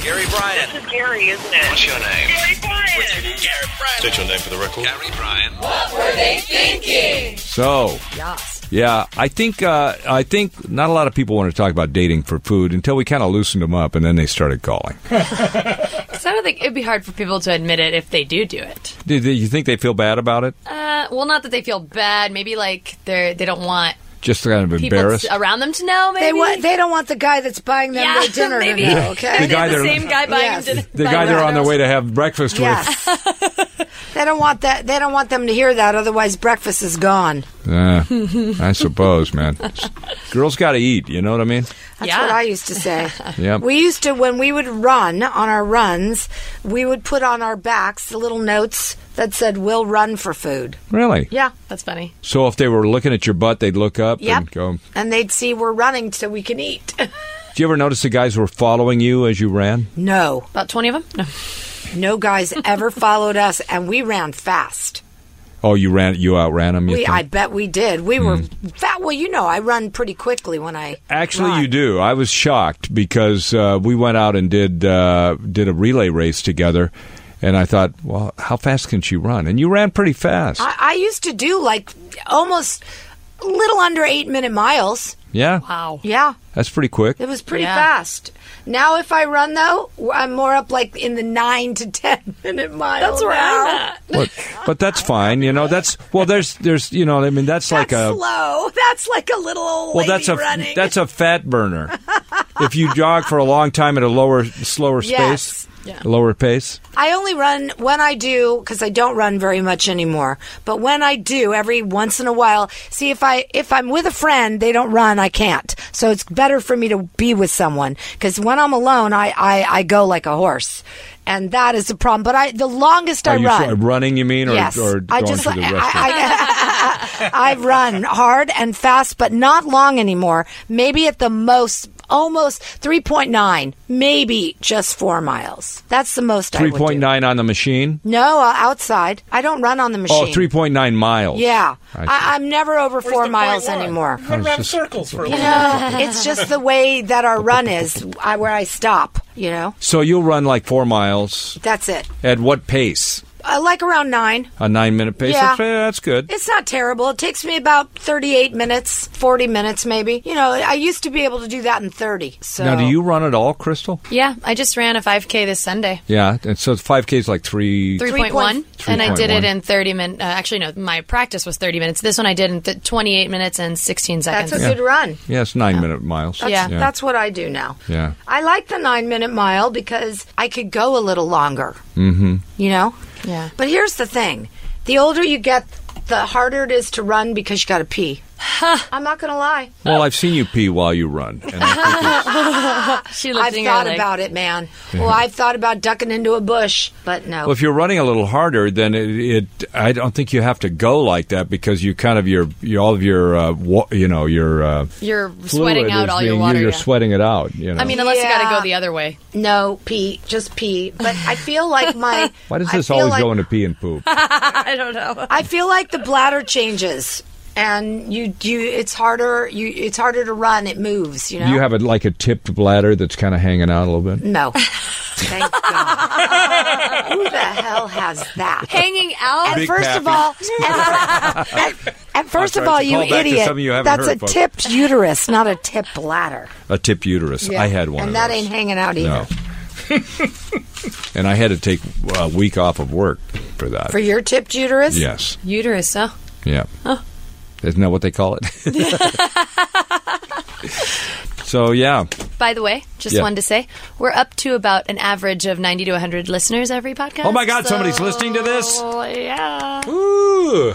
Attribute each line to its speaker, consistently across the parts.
Speaker 1: Gary Bryan.
Speaker 2: This is Gary, isn't it?
Speaker 1: What's your name?
Speaker 2: Gary Bryan.
Speaker 1: Gary Bryan.
Speaker 3: State your name for the record.
Speaker 1: Gary Bryan.
Speaker 4: So,
Speaker 5: Yes.
Speaker 4: Oh. yeah, I think uh, I think not a lot of people want to talk about dating for food until we kind of loosened them up, and then they started calling.
Speaker 5: So I don't think it'd be hard for people to admit it if they do do it.
Speaker 4: do, do you think they feel bad about it?
Speaker 5: Uh, well, not that they feel bad. Maybe like they're they don't want
Speaker 4: Just kind of
Speaker 5: people
Speaker 4: embarrassed.
Speaker 5: s- uh, around them to know. Maybe
Speaker 6: They want. They don't want the guy that's buying them
Speaker 5: yeah,
Speaker 6: their dinner
Speaker 5: maybe.
Speaker 6: to know. Okay.
Speaker 4: The guy
Speaker 5: the
Speaker 4: they're-
Speaker 5: same guy buying
Speaker 6: Yes.
Speaker 5: them dinner.
Speaker 4: the
Speaker 5: buying
Speaker 4: guy they're
Speaker 5: them
Speaker 4: on their
Speaker 5: dinner.
Speaker 4: way to have breakfast with.
Speaker 6: Yes. they don't want that. They don't want them to hear that. Otherwise, breakfast is gone.
Speaker 4: Uh, I suppose, man. Girls got to eat. You know what I mean?
Speaker 6: That's
Speaker 5: Yeah.
Speaker 6: what I used to say.
Speaker 4: Yep.
Speaker 6: We used to, when we would run on our runs, we would put on our backs the little notes that said, We'll run for food.
Speaker 4: Really?
Speaker 6: Yeah.
Speaker 5: That's funny.
Speaker 4: So if they were looking at your butt, they'd look up
Speaker 6: Yep.
Speaker 4: and go.
Speaker 6: And they'd see we're running so we can eat.
Speaker 4: Do you ever notice the guys were following you as you ran?
Speaker 6: no,
Speaker 5: About twenty of them. No.
Speaker 6: no guys ever followed us, and we ran fast.
Speaker 4: Oh, you ran. You outran them. You
Speaker 6: We,
Speaker 4: think? Hmm.
Speaker 6: I bet we did. We were fat. Well, you know, I run pretty quickly when I
Speaker 4: Actually,
Speaker 6: run.
Speaker 4: you do. I was shocked because uh, we went out and did uh, did a relay race together, and I thought, well, how fast can she run? And you ran pretty fast.
Speaker 6: I, I used to do like almost a little under eight minute miles.
Speaker 4: yeah,
Speaker 5: Wow.
Speaker 6: Yeah.
Speaker 4: that's pretty quick.
Speaker 6: It was pretty
Speaker 5: Yeah.
Speaker 6: fast. Now, if I run though, I'm more up like in the nine to ten minute mile. That's
Speaker 5: where
Speaker 6: now.
Speaker 5: I'm at.
Speaker 4: But, but that's fine. You know, that's well. There's there's you know. I mean, that's, like
Speaker 6: That's
Speaker 4: a
Speaker 6: slow. That's like a little old
Speaker 4: well.
Speaker 6: lady
Speaker 4: That's a
Speaker 6: running.
Speaker 4: that's a fat burner. if you jog for a long time at a lower slower
Speaker 6: Yes.
Speaker 4: space, lower pace.
Speaker 6: I only run when I do because I don't run very much anymore. But when I do, every once in a while, see if I if I'm with a friend, they don't run, I can't. So it's better for me to be with someone because when I'm alone, I, I I go like a horse, and that is the problem. But I the longest I
Speaker 4: Are you
Speaker 6: run.
Speaker 4: sure- running? You mean, or,
Speaker 6: yes,
Speaker 4: or
Speaker 6: I
Speaker 4: going
Speaker 6: just
Speaker 4: to the restroom?
Speaker 6: I, I, have run hard and fast, but not long anymore. Maybe at the most, almost three point nine, maybe just four miles. That's the most. I would
Speaker 4: Three
Speaker 6: do.
Speaker 4: point nine on the machine.
Speaker 6: No, uh, outside. I don't run on the machine.
Speaker 4: Oh, 3.9 miles.
Speaker 6: Yeah,
Speaker 4: I
Speaker 6: I, I'm never over
Speaker 7: Where's
Speaker 6: four
Speaker 7: the
Speaker 6: miles
Speaker 7: point one?
Speaker 6: anymore.
Speaker 7: Run around circles for a little
Speaker 6: it's just the way that our run is, I, where I stop. You know,
Speaker 4: So you'll run like four miles
Speaker 6: that's it.
Speaker 4: at what pace?
Speaker 6: I like around nine.
Speaker 4: A nine minute pace?
Speaker 6: Yeah.
Speaker 4: That's, eh, that's good.
Speaker 6: It's not terrible. It takes me about 38 minutes, 40 minutes maybe. You know, I used to be able to do that in 30. So
Speaker 4: Now, do you run at all, Crystal?
Speaker 5: Yeah, I just ran a 5K this Sunday,
Speaker 4: Yeah. And so 5K is like three.
Speaker 5: 3.1, and I did
Speaker 4: 3.1.
Speaker 5: it in 30 minutes. Uh, actually, no, my practice was 30 minutes. This one I did in th- 28 minutes and 16 seconds.
Speaker 6: That's a good run.
Speaker 4: Yeah, it's nine minute miles.
Speaker 5: Yeah.
Speaker 4: Yeah.
Speaker 6: That's what I do now.
Speaker 4: Yeah.
Speaker 6: I like the nine minute mile because I could go a little longer. Mm-hmm. You know?
Speaker 5: Yeah.
Speaker 6: But here's the thing the older you get, the harder it is to run because you got to pee. I'm not going to lie.
Speaker 4: Well, I've seen you pee while you run. And I think it's,
Speaker 5: She
Speaker 6: I've
Speaker 5: lifting her
Speaker 6: thought
Speaker 5: leg.
Speaker 6: about it, man. Well, I've thought about ducking into a bush, but no.
Speaker 4: well, if you're running a little harder, then it, it. I don't think you have to go like that because you kind of your, your all of your uh, wa- you know your uh,
Speaker 5: You're
Speaker 4: fluid
Speaker 5: sweating out
Speaker 4: is
Speaker 5: all
Speaker 4: being
Speaker 5: your
Speaker 4: used.
Speaker 5: water.
Speaker 4: You're
Speaker 5: yeah.
Speaker 4: sweating it out. You know.
Speaker 5: I mean, unless you got to
Speaker 6: Yeah.
Speaker 5: go the other way.
Speaker 6: No, pee, just pee. But I feel like my.
Speaker 4: why does
Speaker 6: I
Speaker 4: this
Speaker 6: feel
Speaker 4: always
Speaker 6: like,
Speaker 4: go into pee and poop?
Speaker 5: I don't know.
Speaker 6: I feel like the bladder changes, and you you it's harder you it's harder to run. It moves, you know.
Speaker 4: Do you have a, like a tipped bladder that's kind of hanging out a little bit?
Speaker 6: no. Thank God. Who the hell has that?
Speaker 5: Hanging out.
Speaker 6: And
Speaker 4: Big
Speaker 6: first of
Speaker 4: pappy.
Speaker 6: all, and, fir- and- and first
Speaker 4: That's
Speaker 6: of
Speaker 4: right,
Speaker 6: all,
Speaker 4: it's a
Speaker 6: you
Speaker 4: callback to
Speaker 6: idiot.
Speaker 4: something you haven't
Speaker 6: That's
Speaker 4: heard,
Speaker 6: a
Speaker 4: folks.
Speaker 6: tipped uterus, not a tipped bladder.
Speaker 4: A tipped uterus. I had one.
Speaker 6: And
Speaker 4: of
Speaker 6: that
Speaker 4: those.
Speaker 6: ain't hanging out either.
Speaker 4: No. and I had to take a week off of work for that.
Speaker 6: For your tipped uterus?
Speaker 4: yes.
Speaker 5: Uterus, huh?
Speaker 4: Yeah. Isn't that what they call it? so yeah,
Speaker 5: By the way, just
Speaker 4: Yeah.
Speaker 5: wanted to say we're up to about an average of 90 to 100 listeners every podcast.
Speaker 4: Oh my God, somebody's listening to this?
Speaker 5: Yeah.
Speaker 4: Ooh.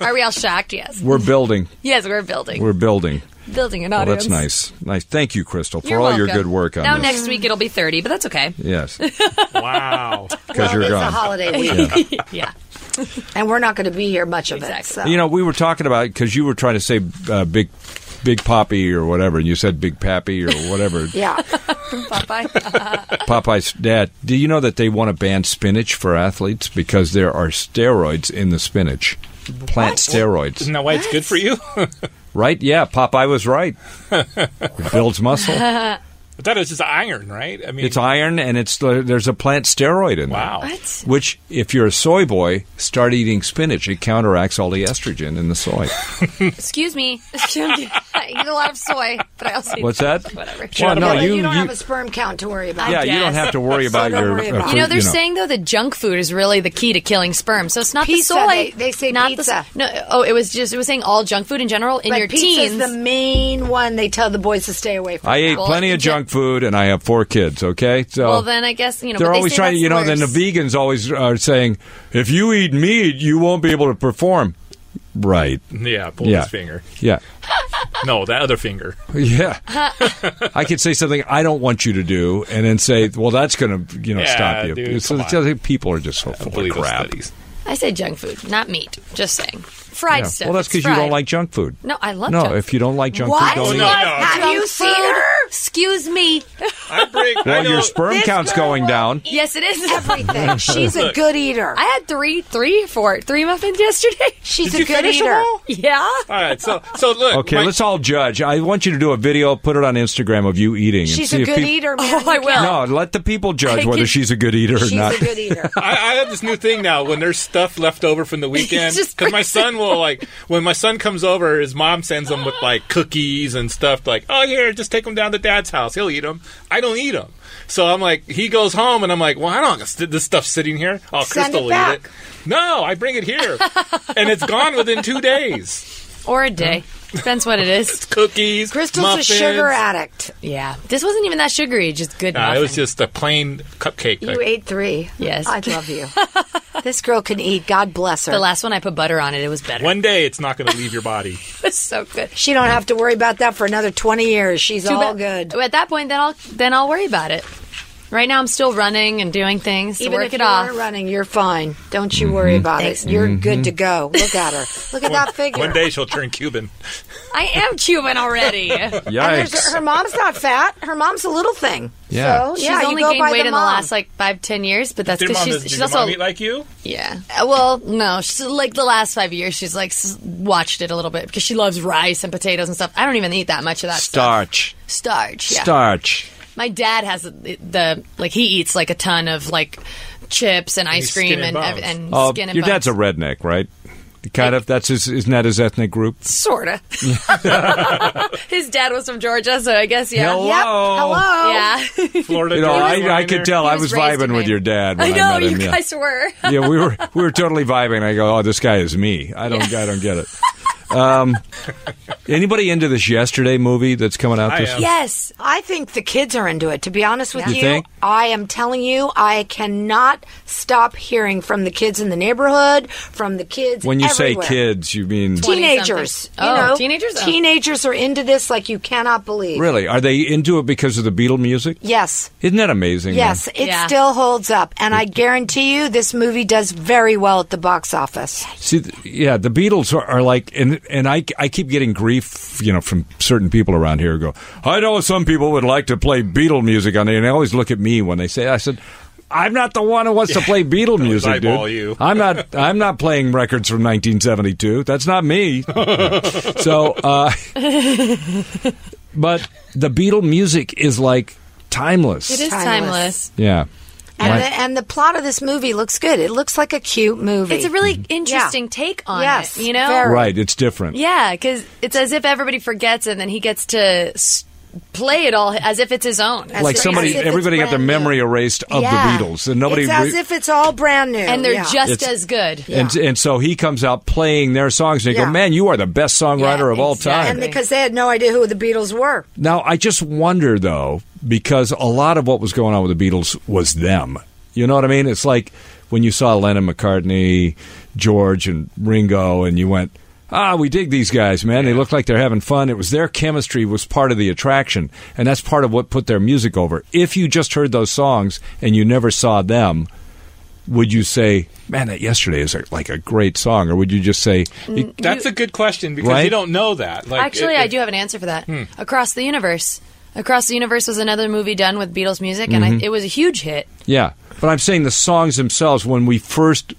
Speaker 5: Are we all shocked? Yes.
Speaker 4: we're building.
Speaker 5: Yes, we're building.
Speaker 4: We're building.
Speaker 5: building an
Speaker 4: Well,
Speaker 5: audience.
Speaker 4: that's nice. Nice. Thank you, Crystal, for
Speaker 5: You're
Speaker 4: all your
Speaker 5: welcome.
Speaker 4: good work on
Speaker 5: now
Speaker 4: this.
Speaker 5: next week it'll be 30, but that's okay.
Speaker 4: Yes, because
Speaker 7: while. Wow.
Speaker 4: you're
Speaker 6: It's a
Speaker 4: gone.
Speaker 6: holiday week,
Speaker 5: Yeah.
Speaker 6: and we're not going to be here much of it.
Speaker 5: Exactly.
Speaker 6: So.
Speaker 4: You know, we were talking about because you were trying to say uh, big, big poppy or whatever, and you said big pappy or whatever.
Speaker 6: yeah.
Speaker 4: Oh,
Speaker 5: Popeye.
Speaker 4: Popeye's dad. Do you know that they want to ban spinach for athletes because there are steroids in the spinach? Plant steroids,
Speaker 7: Isn't that why it's good for you?
Speaker 4: right? Yeah, Popeye was right. it builds muscle.
Speaker 7: I thought it was just iron, right? I mean,
Speaker 4: It's iron and it's there's a plant steroid in
Speaker 7: Wow.
Speaker 4: there.
Speaker 5: What?
Speaker 4: Which, if you're a soy boy, start eating spinach. It counteracts all the estrogen in the soy.
Speaker 5: Excuse me. I eat a lot of soy, but I also eat
Speaker 4: What's that?
Speaker 5: Whatever.
Speaker 4: Well, no,
Speaker 6: but
Speaker 4: you,
Speaker 6: don't
Speaker 4: you-
Speaker 6: have a sperm count to worry about.
Speaker 4: yeah, you don't
Speaker 5: guess.
Speaker 4: have to worry
Speaker 6: So
Speaker 4: about
Speaker 6: don't
Speaker 4: your.
Speaker 6: worry
Speaker 4: uh,
Speaker 6: about it.
Speaker 4: fruit,
Speaker 5: You know, they're saying though that junk food is really the key to killing sperm. So it's not
Speaker 6: Pizza,
Speaker 5: the soy.
Speaker 6: they- they say
Speaker 5: not
Speaker 6: pizza.
Speaker 5: The, no, oh, it was just it was saying all junk food in general in
Speaker 6: But
Speaker 5: your
Speaker 6: pizza's
Speaker 5: teens.
Speaker 6: the main one they tell the boys to stay away from.
Speaker 4: I ate
Speaker 5: Well,
Speaker 4: plenty
Speaker 5: you
Speaker 4: of
Speaker 5: can't-
Speaker 4: junk food, and I have four kids. Okay, so
Speaker 5: well, then I guess you know. but
Speaker 4: they're
Speaker 5: they
Speaker 4: always
Speaker 5: say
Speaker 4: trying.
Speaker 5: that's
Speaker 4: You know, then the
Speaker 5: worse.
Speaker 4: vegans always are saying, if you eat meat, you won't be able to perform. Right.
Speaker 7: yeah, pull
Speaker 4: Yeah.
Speaker 7: this finger.
Speaker 4: Yeah.
Speaker 7: No, that other finger.
Speaker 4: Yeah. I could say something I don't want you to do, and then say, "Well, that's going to you know
Speaker 7: Yeah,
Speaker 4: stop you."
Speaker 7: dude,
Speaker 4: It's-
Speaker 7: come
Speaker 4: it's-
Speaker 7: on.
Speaker 4: I think people are just so full of
Speaker 7: Believe those
Speaker 4: crap.
Speaker 7: studies.
Speaker 5: I say junk food, not meat. Just saying, fried
Speaker 4: Yeah.
Speaker 5: stuff.
Speaker 4: Well, that's
Speaker 5: because
Speaker 4: because you don't like junk food.
Speaker 5: No, I love
Speaker 4: No,
Speaker 5: junk
Speaker 4: if you don't like junk
Speaker 6: What?
Speaker 4: food, don't eat.
Speaker 7: No, no.
Speaker 6: Have
Speaker 5: Junk
Speaker 6: you seen
Speaker 5: food?
Speaker 6: her?
Speaker 5: Excuse me.
Speaker 7: I bring. I
Speaker 4: Well,
Speaker 7: know,
Speaker 4: your sperm
Speaker 6: This
Speaker 4: count's
Speaker 6: girl
Speaker 4: going
Speaker 6: will
Speaker 4: down.
Speaker 5: Yes, it is.
Speaker 6: Everything. She's a
Speaker 7: Look.
Speaker 6: good eater.
Speaker 5: I had three, three, four, three muffins yesterday.
Speaker 6: She's
Speaker 7: Did
Speaker 6: a
Speaker 7: you
Speaker 6: good
Speaker 7: finish them
Speaker 6: eater.
Speaker 7: all?
Speaker 5: yeah.
Speaker 7: All right, so so look.
Speaker 4: Okay,
Speaker 7: my-
Speaker 4: let's all judge. I want you to do a video, put it on Instagram of you eating, and
Speaker 6: She's
Speaker 4: see
Speaker 6: a
Speaker 4: if
Speaker 6: good
Speaker 4: peop-
Speaker 6: eater. Man.
Speaker 5: Oh, I
Speaker 6: You
Speaker 5: will.
Speaker 6: can't-
Speaker 4: No, let the people judge
Speaker 5: I
Speaker 4: whether
Speaker 5: can-
Speaker 4: she's a good eater or
Speaker 6: She's
Speaker 4: not.
Speaker 6: a good eater.
Speaker 7: I, I have this new thing now when there's stuff left over from the weekend
Speaker 5: Just
Speaker 7: because my
Speaker 5: brings
Speaker 7: son will like when my son comes over his mom sends him with like cookies and stuff like oh here just take them down to dad's house he'll eat them I don't eat them so I'm like he goes home and I'm like well I don't st- this stuff sitting here oh
Speaker 6: Send
Speaker 7: Crystal
Speaker 6: it
Speaker 7: will eat it
Speaker 6: back.
Speaker 7: no I bring it here and it's gone within two days
Speaker 5: Or a day. Depends what it is.
Speaker 7: cookies
Speaker 6: Crystal's
Speaker 7: muffins.
Speaker 6: a sugar addict.
Speaker 5: Yeah. This wasn't even that sugary. Just good.
Speaker 7: Nah,
Speaker 5: muffins.
Speaker 7: it was just a plain cupcake
Speaker 6: You ate three.
Speaker 5: Yes.
Speaker 6: I love you. this girl can eat. God bless her.
Speaker 5: the last one I put butter on it. It was better.
Speaker 7: one day it's not going to leave your body
Speaker 5: It was so good.
Speaker 6: she don't have to worry about that for another 20 years. She's
Speaker 5: Too
Speaker 6: all
Speaker 5: bad-
Speaker 6: good.
Speaker 5: At that point, then I'll then I'll worry about it. Right now, I'm still running and doing things to
Speaker 6: Even
Speaker 5: work
Speaker 6: if
Speaker 5: it
Speaker 6: you
Speaker 5: off. Mm-hmm.
Speaker 6: aren't running, you're fine. Don't you worry about
Speaker 5: Thanks. Mm-hmm.
Speaker 6: it. You're good to go. Look at her. Look at that figure.
Speaker 7: one day she'll turn Cuban
Speaker 5: I am Cuban already.
Speaker 6: And there's,
Speaker 4: Yikes!
Speaker 6: her mom's not fat. Her mom's a little thing.
Speaker 4: Yeah.
Speaker 6: So,
Speaker 5: she's
Speaker 6: yeah, you
Speaker 5: only
Speaker 6: go
Speaker 5: gained
Speaker 6: by
Speaker 5: weight
Speaker 6: the
Speaker 5: in the
Speaker 6: mom.
Speaker 5: last like five ten years, but that's
Speaker 7: Your
Speaker 5: because
Speaker 7: mom
Speaker 5: she's
Speaker 7: is- did
Speaker 5: she's
Speaker 7: your
Speaker 5: also
Speaker 7: mom eat like you?
Speaker 5: yeah. Uh, Well, no, she's like the last five years she's like s- watched it a little bit because she loves rice and potatoes and stuff. I don't even eat that much of that
Speaker 4: Starch,
Speaker 5: stuff. starch. Yeah.
Speaker 4: starch.
Speaker 5: My dad has the, the like he eats like a ton of like chips and ice
Speaker 7: he's
Speaker 5: cream and
Speaker 7: skin and
Speaker 5: ev-
Speaker 7: bones.
Speaker 5: and,
Speaker 4: Oh,
Speaker 5: skin and
Speaker 4: your dad's a
Speaker 5: bones.
Speaker 4: redneck, right? Kind of. That's his. Isn't that his ethnic group?
Speaker 5: sorta. His dad was from Georgia, so I guess yeah.
Speaker 4: Hello.
Speaker 6: Yep. Hello.
Speaker 5: Yeah.
Speaker 7: Florida.
Speaker 4: You know,
Speaker 7: Georgia
Speaker 4: I, I
Speaker 7: line
Speaker 4: could
Speaker 7: there.
Speaker 4: tell I
Speaker 5: was
Speaker 4: was
Speaker 5: raised
Speaker 4: vibing
Speaker 5: in
Speaker 4: with
Speaker 5: Maine.
Speaker 4: your dad. When
Speaker 5: I
Speaker 4: I,
Speaker 5: know
Speaker 4: met
Speaker 5: you
Speaker 4: him, yeah.
Speaker 5: guys were.
Speaker 4: yeah, we were we were totally vibing. I go, oh, this guy is me. I don't I don't get it. Um, anybody into this yesterday movie that's coming out
Speaker 7: I
Speaker 4: this?
Speaker 7: am.
Speaker 5: yes.
Speaker 6: I think the kids are into it. To be honest with
Speaker 4: You
Speaker 6: you,
Speaker 4: think?
Speaker 6: I am telling you, I cannot stop hearing from the kids in the neighborhood, from the kids.
Speaker 4: When you
Speaker 6: everywhere.
Speaker 4: say kids, you mean
Speaker 6: teenagers. You
Speaker 5: 20-something. Oh,
Speaker 6: know,
Speaker 5: teenagers? Oh.
Speaker 6: Teenagers are into this like you cannot believe.
Speaker 4: really? Are they into it because of the Beatle music?
Speaker 6: Yes.
Speaker 4: Isn't that amazing?
Speaker 6: Yes,
Speaker 4: man?
Speaker 6: it
Speaker 5: Yeah.
Speaker 6: still holds up, and I guarantee you, this movie does very well at the box office.
Speaker 4: See, th- yeah, the Beatles are, are like, and and I I keep getting grief, you know, from certain people around here. Who go, I know some people would like to play Beatle music on there, and they always look at me when they say. I said. I'm not the one who wants to play Beatle music,
Speaker 7: eyeball
Speaker 4: dude.
Speaker 7: you.
Speaker 4: I'm not. I'm not playing records from 1972. That's not me. so, uh, but the Beatle music is like timeless.
Speaker 5: It is
Speaker 6: Timeless.
Speaker 5: timeless.
Speaker 4: Yeah.
Speaker 6: And,
Speaker 4: Right.
Speaker 6: the, and the plot of this movie looks good. It looks like a cute movie.
Speaker 5: It's a really
Speaker 4: Mm-hmm.
Speaker 5: interesting take on
Speaker 6: Yes,
Speaker 5: it, you know?
Speaker 6: very.
Speaker 4: Right. It's different.
Speaker 5: Yeah, because it's as if everybody forgets and then he gets to s- play it all as if it's his own.
Speaker 4: like
Speaker 6: It's
Speaker 4: somebody,
Speaker 6: as if it's
Speaker 4: everybody got their
Speaker 6: brand new.
Speaker 4: memory erased of
Speaker 6: Yeah.
Speaker 4: the Beatles, and nobody.
Speaker 6: It's as
Speaker 4: re-
Speaker 6: if it's all brand new,
Speaker 5: and they're
Speaker 6: Yeah.
Speaker 5: just
Speaker 4: It's-
Speaker 5: as good.
Speaker 4: and and so he comes out playing their songs, and you go,
Speaker 6: Yeah.
Speaker 4: "Man, you are the best songwriter
Speaker 5: Yeah,
Speaker 4: of all
Speaker 5: exactly.
Speaker 4: time."
Speaker 6: and because they had no idea who the Beatles were.
Speaker 4: Now, I just wonder though, because a lot of what was going on with the Beatles was them. You know what I mean? It's like when you saw Lennon, McCartney, George, and Ringo, and you went, "Ah, we dig these guys, man. They look like they're having fun." It was their chemistry was part of the attraction, and that's part of what put their music over. If you just heard those songs and you never saw them. Would you say, "Man, that yesterday is a, like a great song," or would you just say, it-
Speaker 7: That's a good question because
Speaker 4: Right?
Speaker 7: you don't know that. Like,
Speaker 5: Actually,
Speaker 7: it-
Speaker 5: I
Speaker 7: it-
Speaker 5: do have an answer for that.
Speaker 4: Hmm.
Speaker 5: Across the Universe. Across the Universe was another movie done with
Speaker 4: Mm-hmm.
Speaker 5: Beatles music, and I, it was a huge hit.
Speaker 4: Yeah, but I'm saying the songs themselves when we first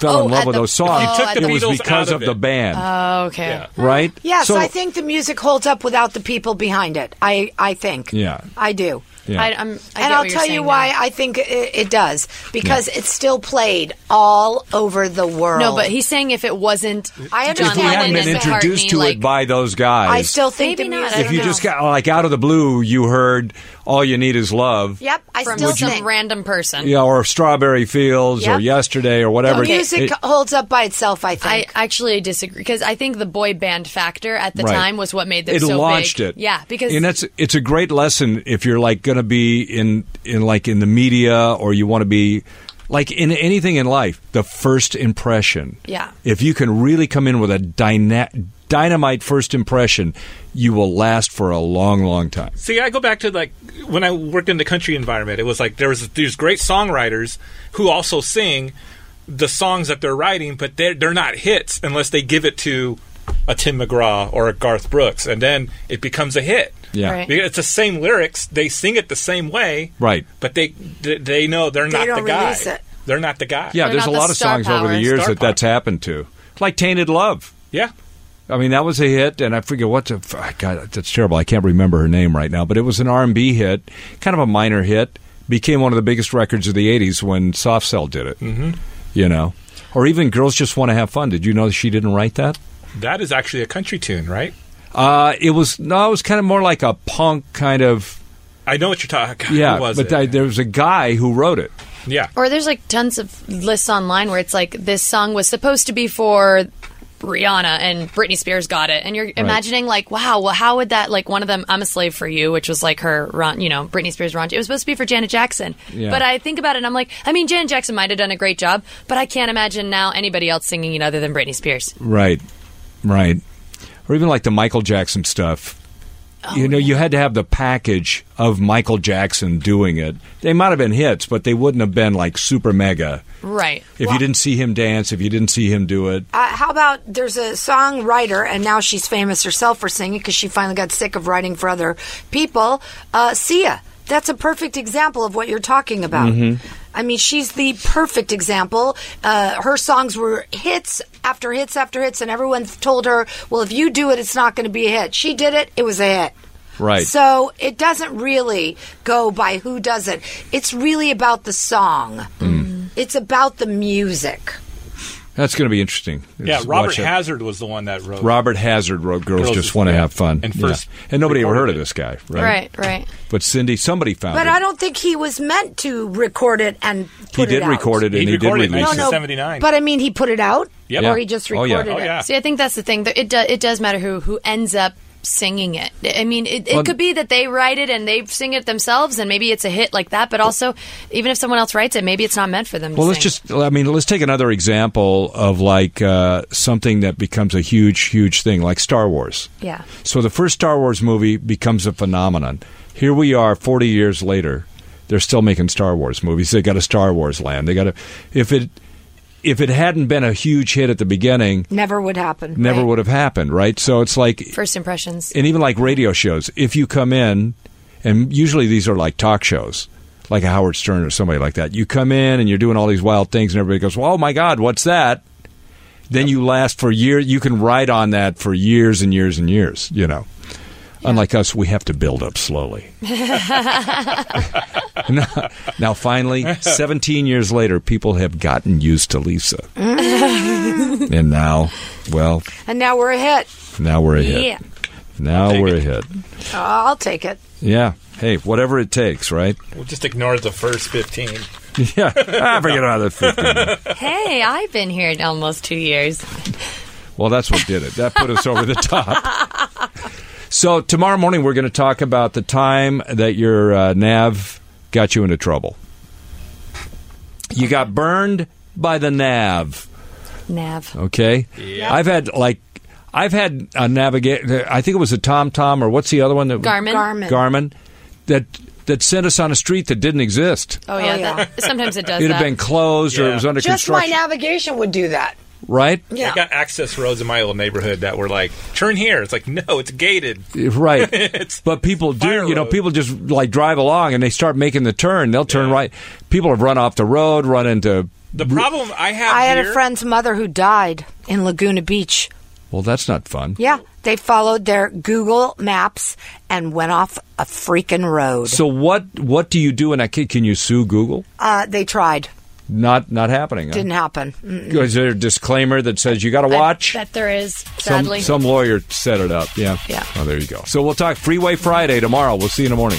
Speaker 4: fell
Speaker 5: Oh,
Speaker 4: in love
Speaker 5: at
Speaker 4: with
Speaker 5: the-
Speaker 4: those songs,
Speaker 5: If you took
Speaker 4: it
Speaker 5: the
Speaker 4: was
Speaker 7: Beatles
Speaker 4: because
Speaker 7: out
Speaker 4: of,
Speaker 7: of
Speaker 4: the
Speaker 7: it.
Speaker 4: band,
Speaker 5: Uh, Oh, Okay.
Speaker 7: Yeah.
Speaker 4: right?
Speaker 6: Yes,
Speaker 4: so,
Speaker 6: I think the music holds up without the people behind it. I, I think.
Speaker 4: Yeah.
Speaker 6: I do.
Speaker 4: Yeah.
Speaker 5: I, I'm, I get
Speaker 6: and I'll
Speaker 5: what you're
Speaker 6: tell you
Speaker 5: saying
Speaker 6: why
Speaker 5: now.
Speaker 6: I think it, it does because it's still played all over the world.
Speaker 5: No, but he's saying if it wasn't,
Speaker 6: I
Speaker 4: if
Speaker 6: understand.
Speaker 4: we
Speaker 5: John
Speaker 4: hadn't
Speaker 5: Lennon
Speaker 4: been
Speaker 5: and McCartney,
Speaker 4: introduced to
Speaker 5: like,
Speaker 4: it by those guys,
Speaker 6: I still think
Speaker 5: Maybe
Speaker 6: the
Speaker 5: not,
Speaker 6: music.
Speaker 5: I
Speaker 4: if
Speaker 5: don't
Speaker 4: you
Speaker 5: know.
Speaker 4: just got like out of the blue, you heard "All You Need Is Love."
Speaker 6: yep, I
Speaker 5: from
Speaker 6: still
Speaker 5: some
Speaker 6: think
Speaker 5: random person.
Speaker 4: Yeah, or Strawberry Fields, or
Speaker 6: Yep.
Speaker 4: Yesterday, or
Speaker 6: the
Speaker 4: whatever.
Speaker 6: music
Speaker 4: It-
Speaker 6: holds up by itself. I
Speaker 5: I
Speaker 6: think.
Speaker 5: actually disagree because I think the boy band factor at the
Speaker 4: Right.
Speaker 5: time was what made them
Speaker 4: it
Speaker 5: so
Speaker 4: launched
Speaker 5: big.
Speaker 4: it.
Speaker 5: Yeah, because
Speaker 4: and that's it's a great lesson if you're like going to be in in like in the media or you want to be like in anything in life, the first impression.
Speaker 5: Yeah.
Speaker 4: If you can really come in with a dyna- dynamite first impression, you will last for a long, long time.
Speaker 7: See, I go back to like when I worked in the country environment. It was like there was these great songwriters who also sing the songs that they're writing, but they're they're not hits unless they give it to a Tim McGraw or a Garth Brooks, and then it becomes a hit.
Speaker 4: Yeah.
Speaker 5: Right.
Speaker 7: Because It's the same lyrics; they sing it the same way,
Speaker 4: Right.
Speaker 7: But they they, they know they're not
Speaker 6: don't
Speaker 7: the guy.
Speaker 6: release it.
Speaker 7: They're not the guy.
Speaker 4: Yeah,
Speaker 5: They're
Speaker 4: there's
Speaker 5: not
Speaker 4: a
Speaker 5: the
Speaker 4: lot of
Speaker 5: star
Speaker 4: songs over
Speaker 5: power
Speaker 4: the
Speaker 5: and
Speaker 4: years
Speaker 7: star
Speaker 4: that that's happened to. Like Tainted Love.
Speaker 7: yeah.
Speaker 4: I mean, that was a hit, and I forget what the f- I- God, that's terrible. I can't remember her name right now, but it was an R and B hit, kind of a minor hit. Became one of the biggest records of the '80s when Soft Cell did it. Mm-hmm. You know, or even "Girls Just Want to Have Fun." Did you know she didn't write that?
Speaker 7: That is actually a country tune, right?
Speaker 4: Uh, it was no, it was kind of more like a punk kind of
Speaker 7: I know what you're talking. who
Speaker 4: yeah.
Speaker 7: was
Speaker 4: But
Speaker 7: it?
Speaker 4: I, there was a guy who wrote it.
Speaker 7: yeah.
Speaker 5: Or there's like tons of lists online where it's like this song was supposed to be for Rihanna and Britney Spears got it, and you're imagining like, wow, well, how would that like one of them "I'm a Slave for You," which was like her, run, you know, Britney Spears raunchy. It was supposed to be for Janet Jackson,
Speaker 4: Yeah.
Speaker 5: but I think about it, and I'm like, I mean, Janet Jackson might have done a great job, but I can't imagine now anybody else singing it other than Britney Spears.
Speaker 4: Right, right, or even like the Michael Jackson stuff.
Speaker 6: Oh,
Speaker 4: you know, you had to have the package of Michael Jackson doing it. They might have been hits, but they wouldn't have been like super mega
Speaker 5: Right.
Speaker 4: if you didn't see him dance, if you didn't see him do it.
Speaker 6: Uh, how about there's a songwriter, and now she's famous herself for singing because she finally got sick of writing for other people. Uh, Sia. That's a perfect example of what you're talking about. I mean, she's the perfect example. Uh, her songs were hits after hits after hits, and everyone told her, well, if you do it, it's not going to be a hit. She did it, it was a hit.
Speaker 4: Right.
Speaker 6: So it doesn't really go by who does it, it's really about the song, it's about the music.
Speaker 4: That's going to be interesting.
Speaker 7: Yeah,
Speaker 4: Just
Speaker 7: Robert
Speaker 4: watch it.
Speaker 7: Hazard was the one that wrote.
Speaker 4: Robert Hazard wrote "Girls,
Speaker 7: Girls
Speaker 4: Just
Speaker 7: Just
Speaker 4: Want to
Speaker 7: Want-
Speaker 4: Have Fun,"
Speaker 7: and first
Speaker 4: and nobody ever heard of
Speaker 7: recorded it.
Speaker 4: this guy, right?
Speaker 5: Right. Right.
Speaker 4: But Cindy, somebody found
Speaker 6: But
Speaker 4: it.
Speaker 6: I don't think he was meant to record it and put
Speaker 4: he did
Speaker 6: it out.
Speaker 4: record it,
Speaker 7: He
Speaker 4: and he did
Speaker 7: recorded it.
Speaker 4: release
Speaker 6: No,
Speaker 4: it.
Speaker 6: no.
Speaker 7: 79.
Speaker 6: But I mean, he put it out,
Speaker 7: Yep.
Speaker 6: or
Speaker 7: Yeah.
Speaker 6: he just
Speaker 4: Oh, yeah.
Speaker 6: recorded
Speaker 7: Oh, yeah.
Speaker 5: See, I think that's the thing. that It do, it does matter who who ends up singing it. I mean, it, it
Speaker 4: Well-
Speaker 5: could be that they write it and they sing it themselves, and maybe it's a hit like that. But also, even if someone else writes it, maybe it's not meant for them. to
Speaker 4: Well, let's
Speaker 5: sing.
Speaker 4: just, I mean, let's take another example of like uh, something that becomes a huge, huge thing, like Star Wars.
Speaker 5: Yeah.
Speaker 4: So the first Star Wars movie becomes a phenomenon. Here we are 40 years later. They're still making Star Wars movies. They got a Star Wars land. They got a, if it, if it hadn't been a huge hit at the beginning,
Speaker 6: it. Never would happen.
Speaker 4: never
Speaker 5: Right.
Speaker 4: would have happened, right? So it's like
Speaker 5: first impressions.
Speaker 4: and even like radio shows, if you come in, and usually these are like talk shows, like a Howard Stern or somebody like that. You come in and you're doing all these wild things, and everybody goes, well, "Oh my God, what's that?" Then you last for years. You can ride on that for years and years and years. You know, unlike us, we have to build up slowly. now, now, finally, 17 years later, people have gotten used to Lisa, and now, well,
Speaker 6: And now we're a hit.
Speaker 4: now we're a hit.
Speaker 5: Yeah.
Speaker 4: Now
Speaker 7: take
Speaker 4: we're
Speaker 7: it.
Speaker 4: a hit.
Speaker 6: Uh, I'll take it.
Speaker 4: Yeah. Hey, whatever it takes, right?
Speaker 7: We'll just ignore the first 15.
Speaker 4: Yeah. Ah, I forget about the 15.
Speaker 5: Hey, I've been here in almost two years.
Speaker 4: Well, that's what did it. That put us over the top. So, tomorrow morning, we're going to talk about the time that your uh, nav got you into trouble. You got burned by the nav.
Speaker 5: Nav.
Speaker 4: Okay. I've had like I've had a navigate. I think it was a TomTom or what's the other one that
Speaker 5: Garmin.
Speaker 6: Garmin.
Speaker 4: Garmin that that sent us on a street that didn't exist.
Speaker 5: Oh yeah.
Speaker 6: Oh, yeah.
Speaker 5: That, sometimes it does.
Speaker 4: It'd
Speaker 5: that.
Speaker 4: have been closed or it
Speaker 7: Yeah.
Speaker 4: was under
Speaker 6: Just my
Speaker 4: construction,
Speaker 6: navigation would do that.
Speaker 4: right?
Speaker 6: Yeah.
Speaker 7: I got access roads in my old neighborhood that were like, turn here. It's like, no, it's gated.
Speaker 4: Right.
Speaker 7: It's
Speaker 4: but people do,
Speaker 7: fire
Speaker 4: you know,
Speaker 7: road.
Speaker 4: people just like drive along and they start making the turn. They'll turn
Speaker 7: Yeah.
Speaker 4: right. People have run off the road, run into
Speaker 7: The problem I have
Speaker 6: I had
Speaker 7: here-
Speaker 6: a friend's mother who died in Laguna Beach.
Speaker 4: Well, that's not fun.
Speaker 6: Yeah, they followed their Google Maps and went off a freaking road.
Speaker 4: So what what do you do in that case? Can you sue Google?
Speaker 6: Uh, they tried.
Speaker 4: Not not happening. huh?
Speaker 6: Didn't happen. Mm.
Speaker 4: Is there a disclaimer that says you got to
Speaker 5: I
Speaker 4: watch?
Speaker 5: bet there is,
Speaker 4: Some,
Speaker 5: sadly.
Speaker 4: some lawyer set it up. Yeah.
Speaker 6: Yeah.
Speaker 4: Oh, there you go. So we'll talk Freeway Friday tomorrow. We'll see you in the morning.